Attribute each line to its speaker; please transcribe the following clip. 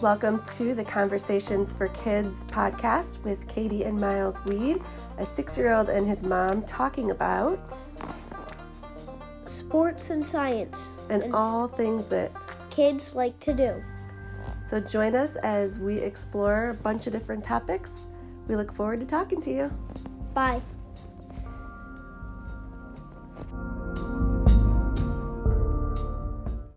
Speaker 1: Welcome to the Conversations for Kids podcast with Katie and Miles Weed, a six year old and his mom talking about
Speaker 2: sports and science
Speaker 1: and
Speaker 2: s-
Speaker 1: all things that.
Speaker 2: kids like to do.
Speaker 1: So join us as we explore a bunch of different topics. We look forward to talking to you.
Speaker 2: Bye.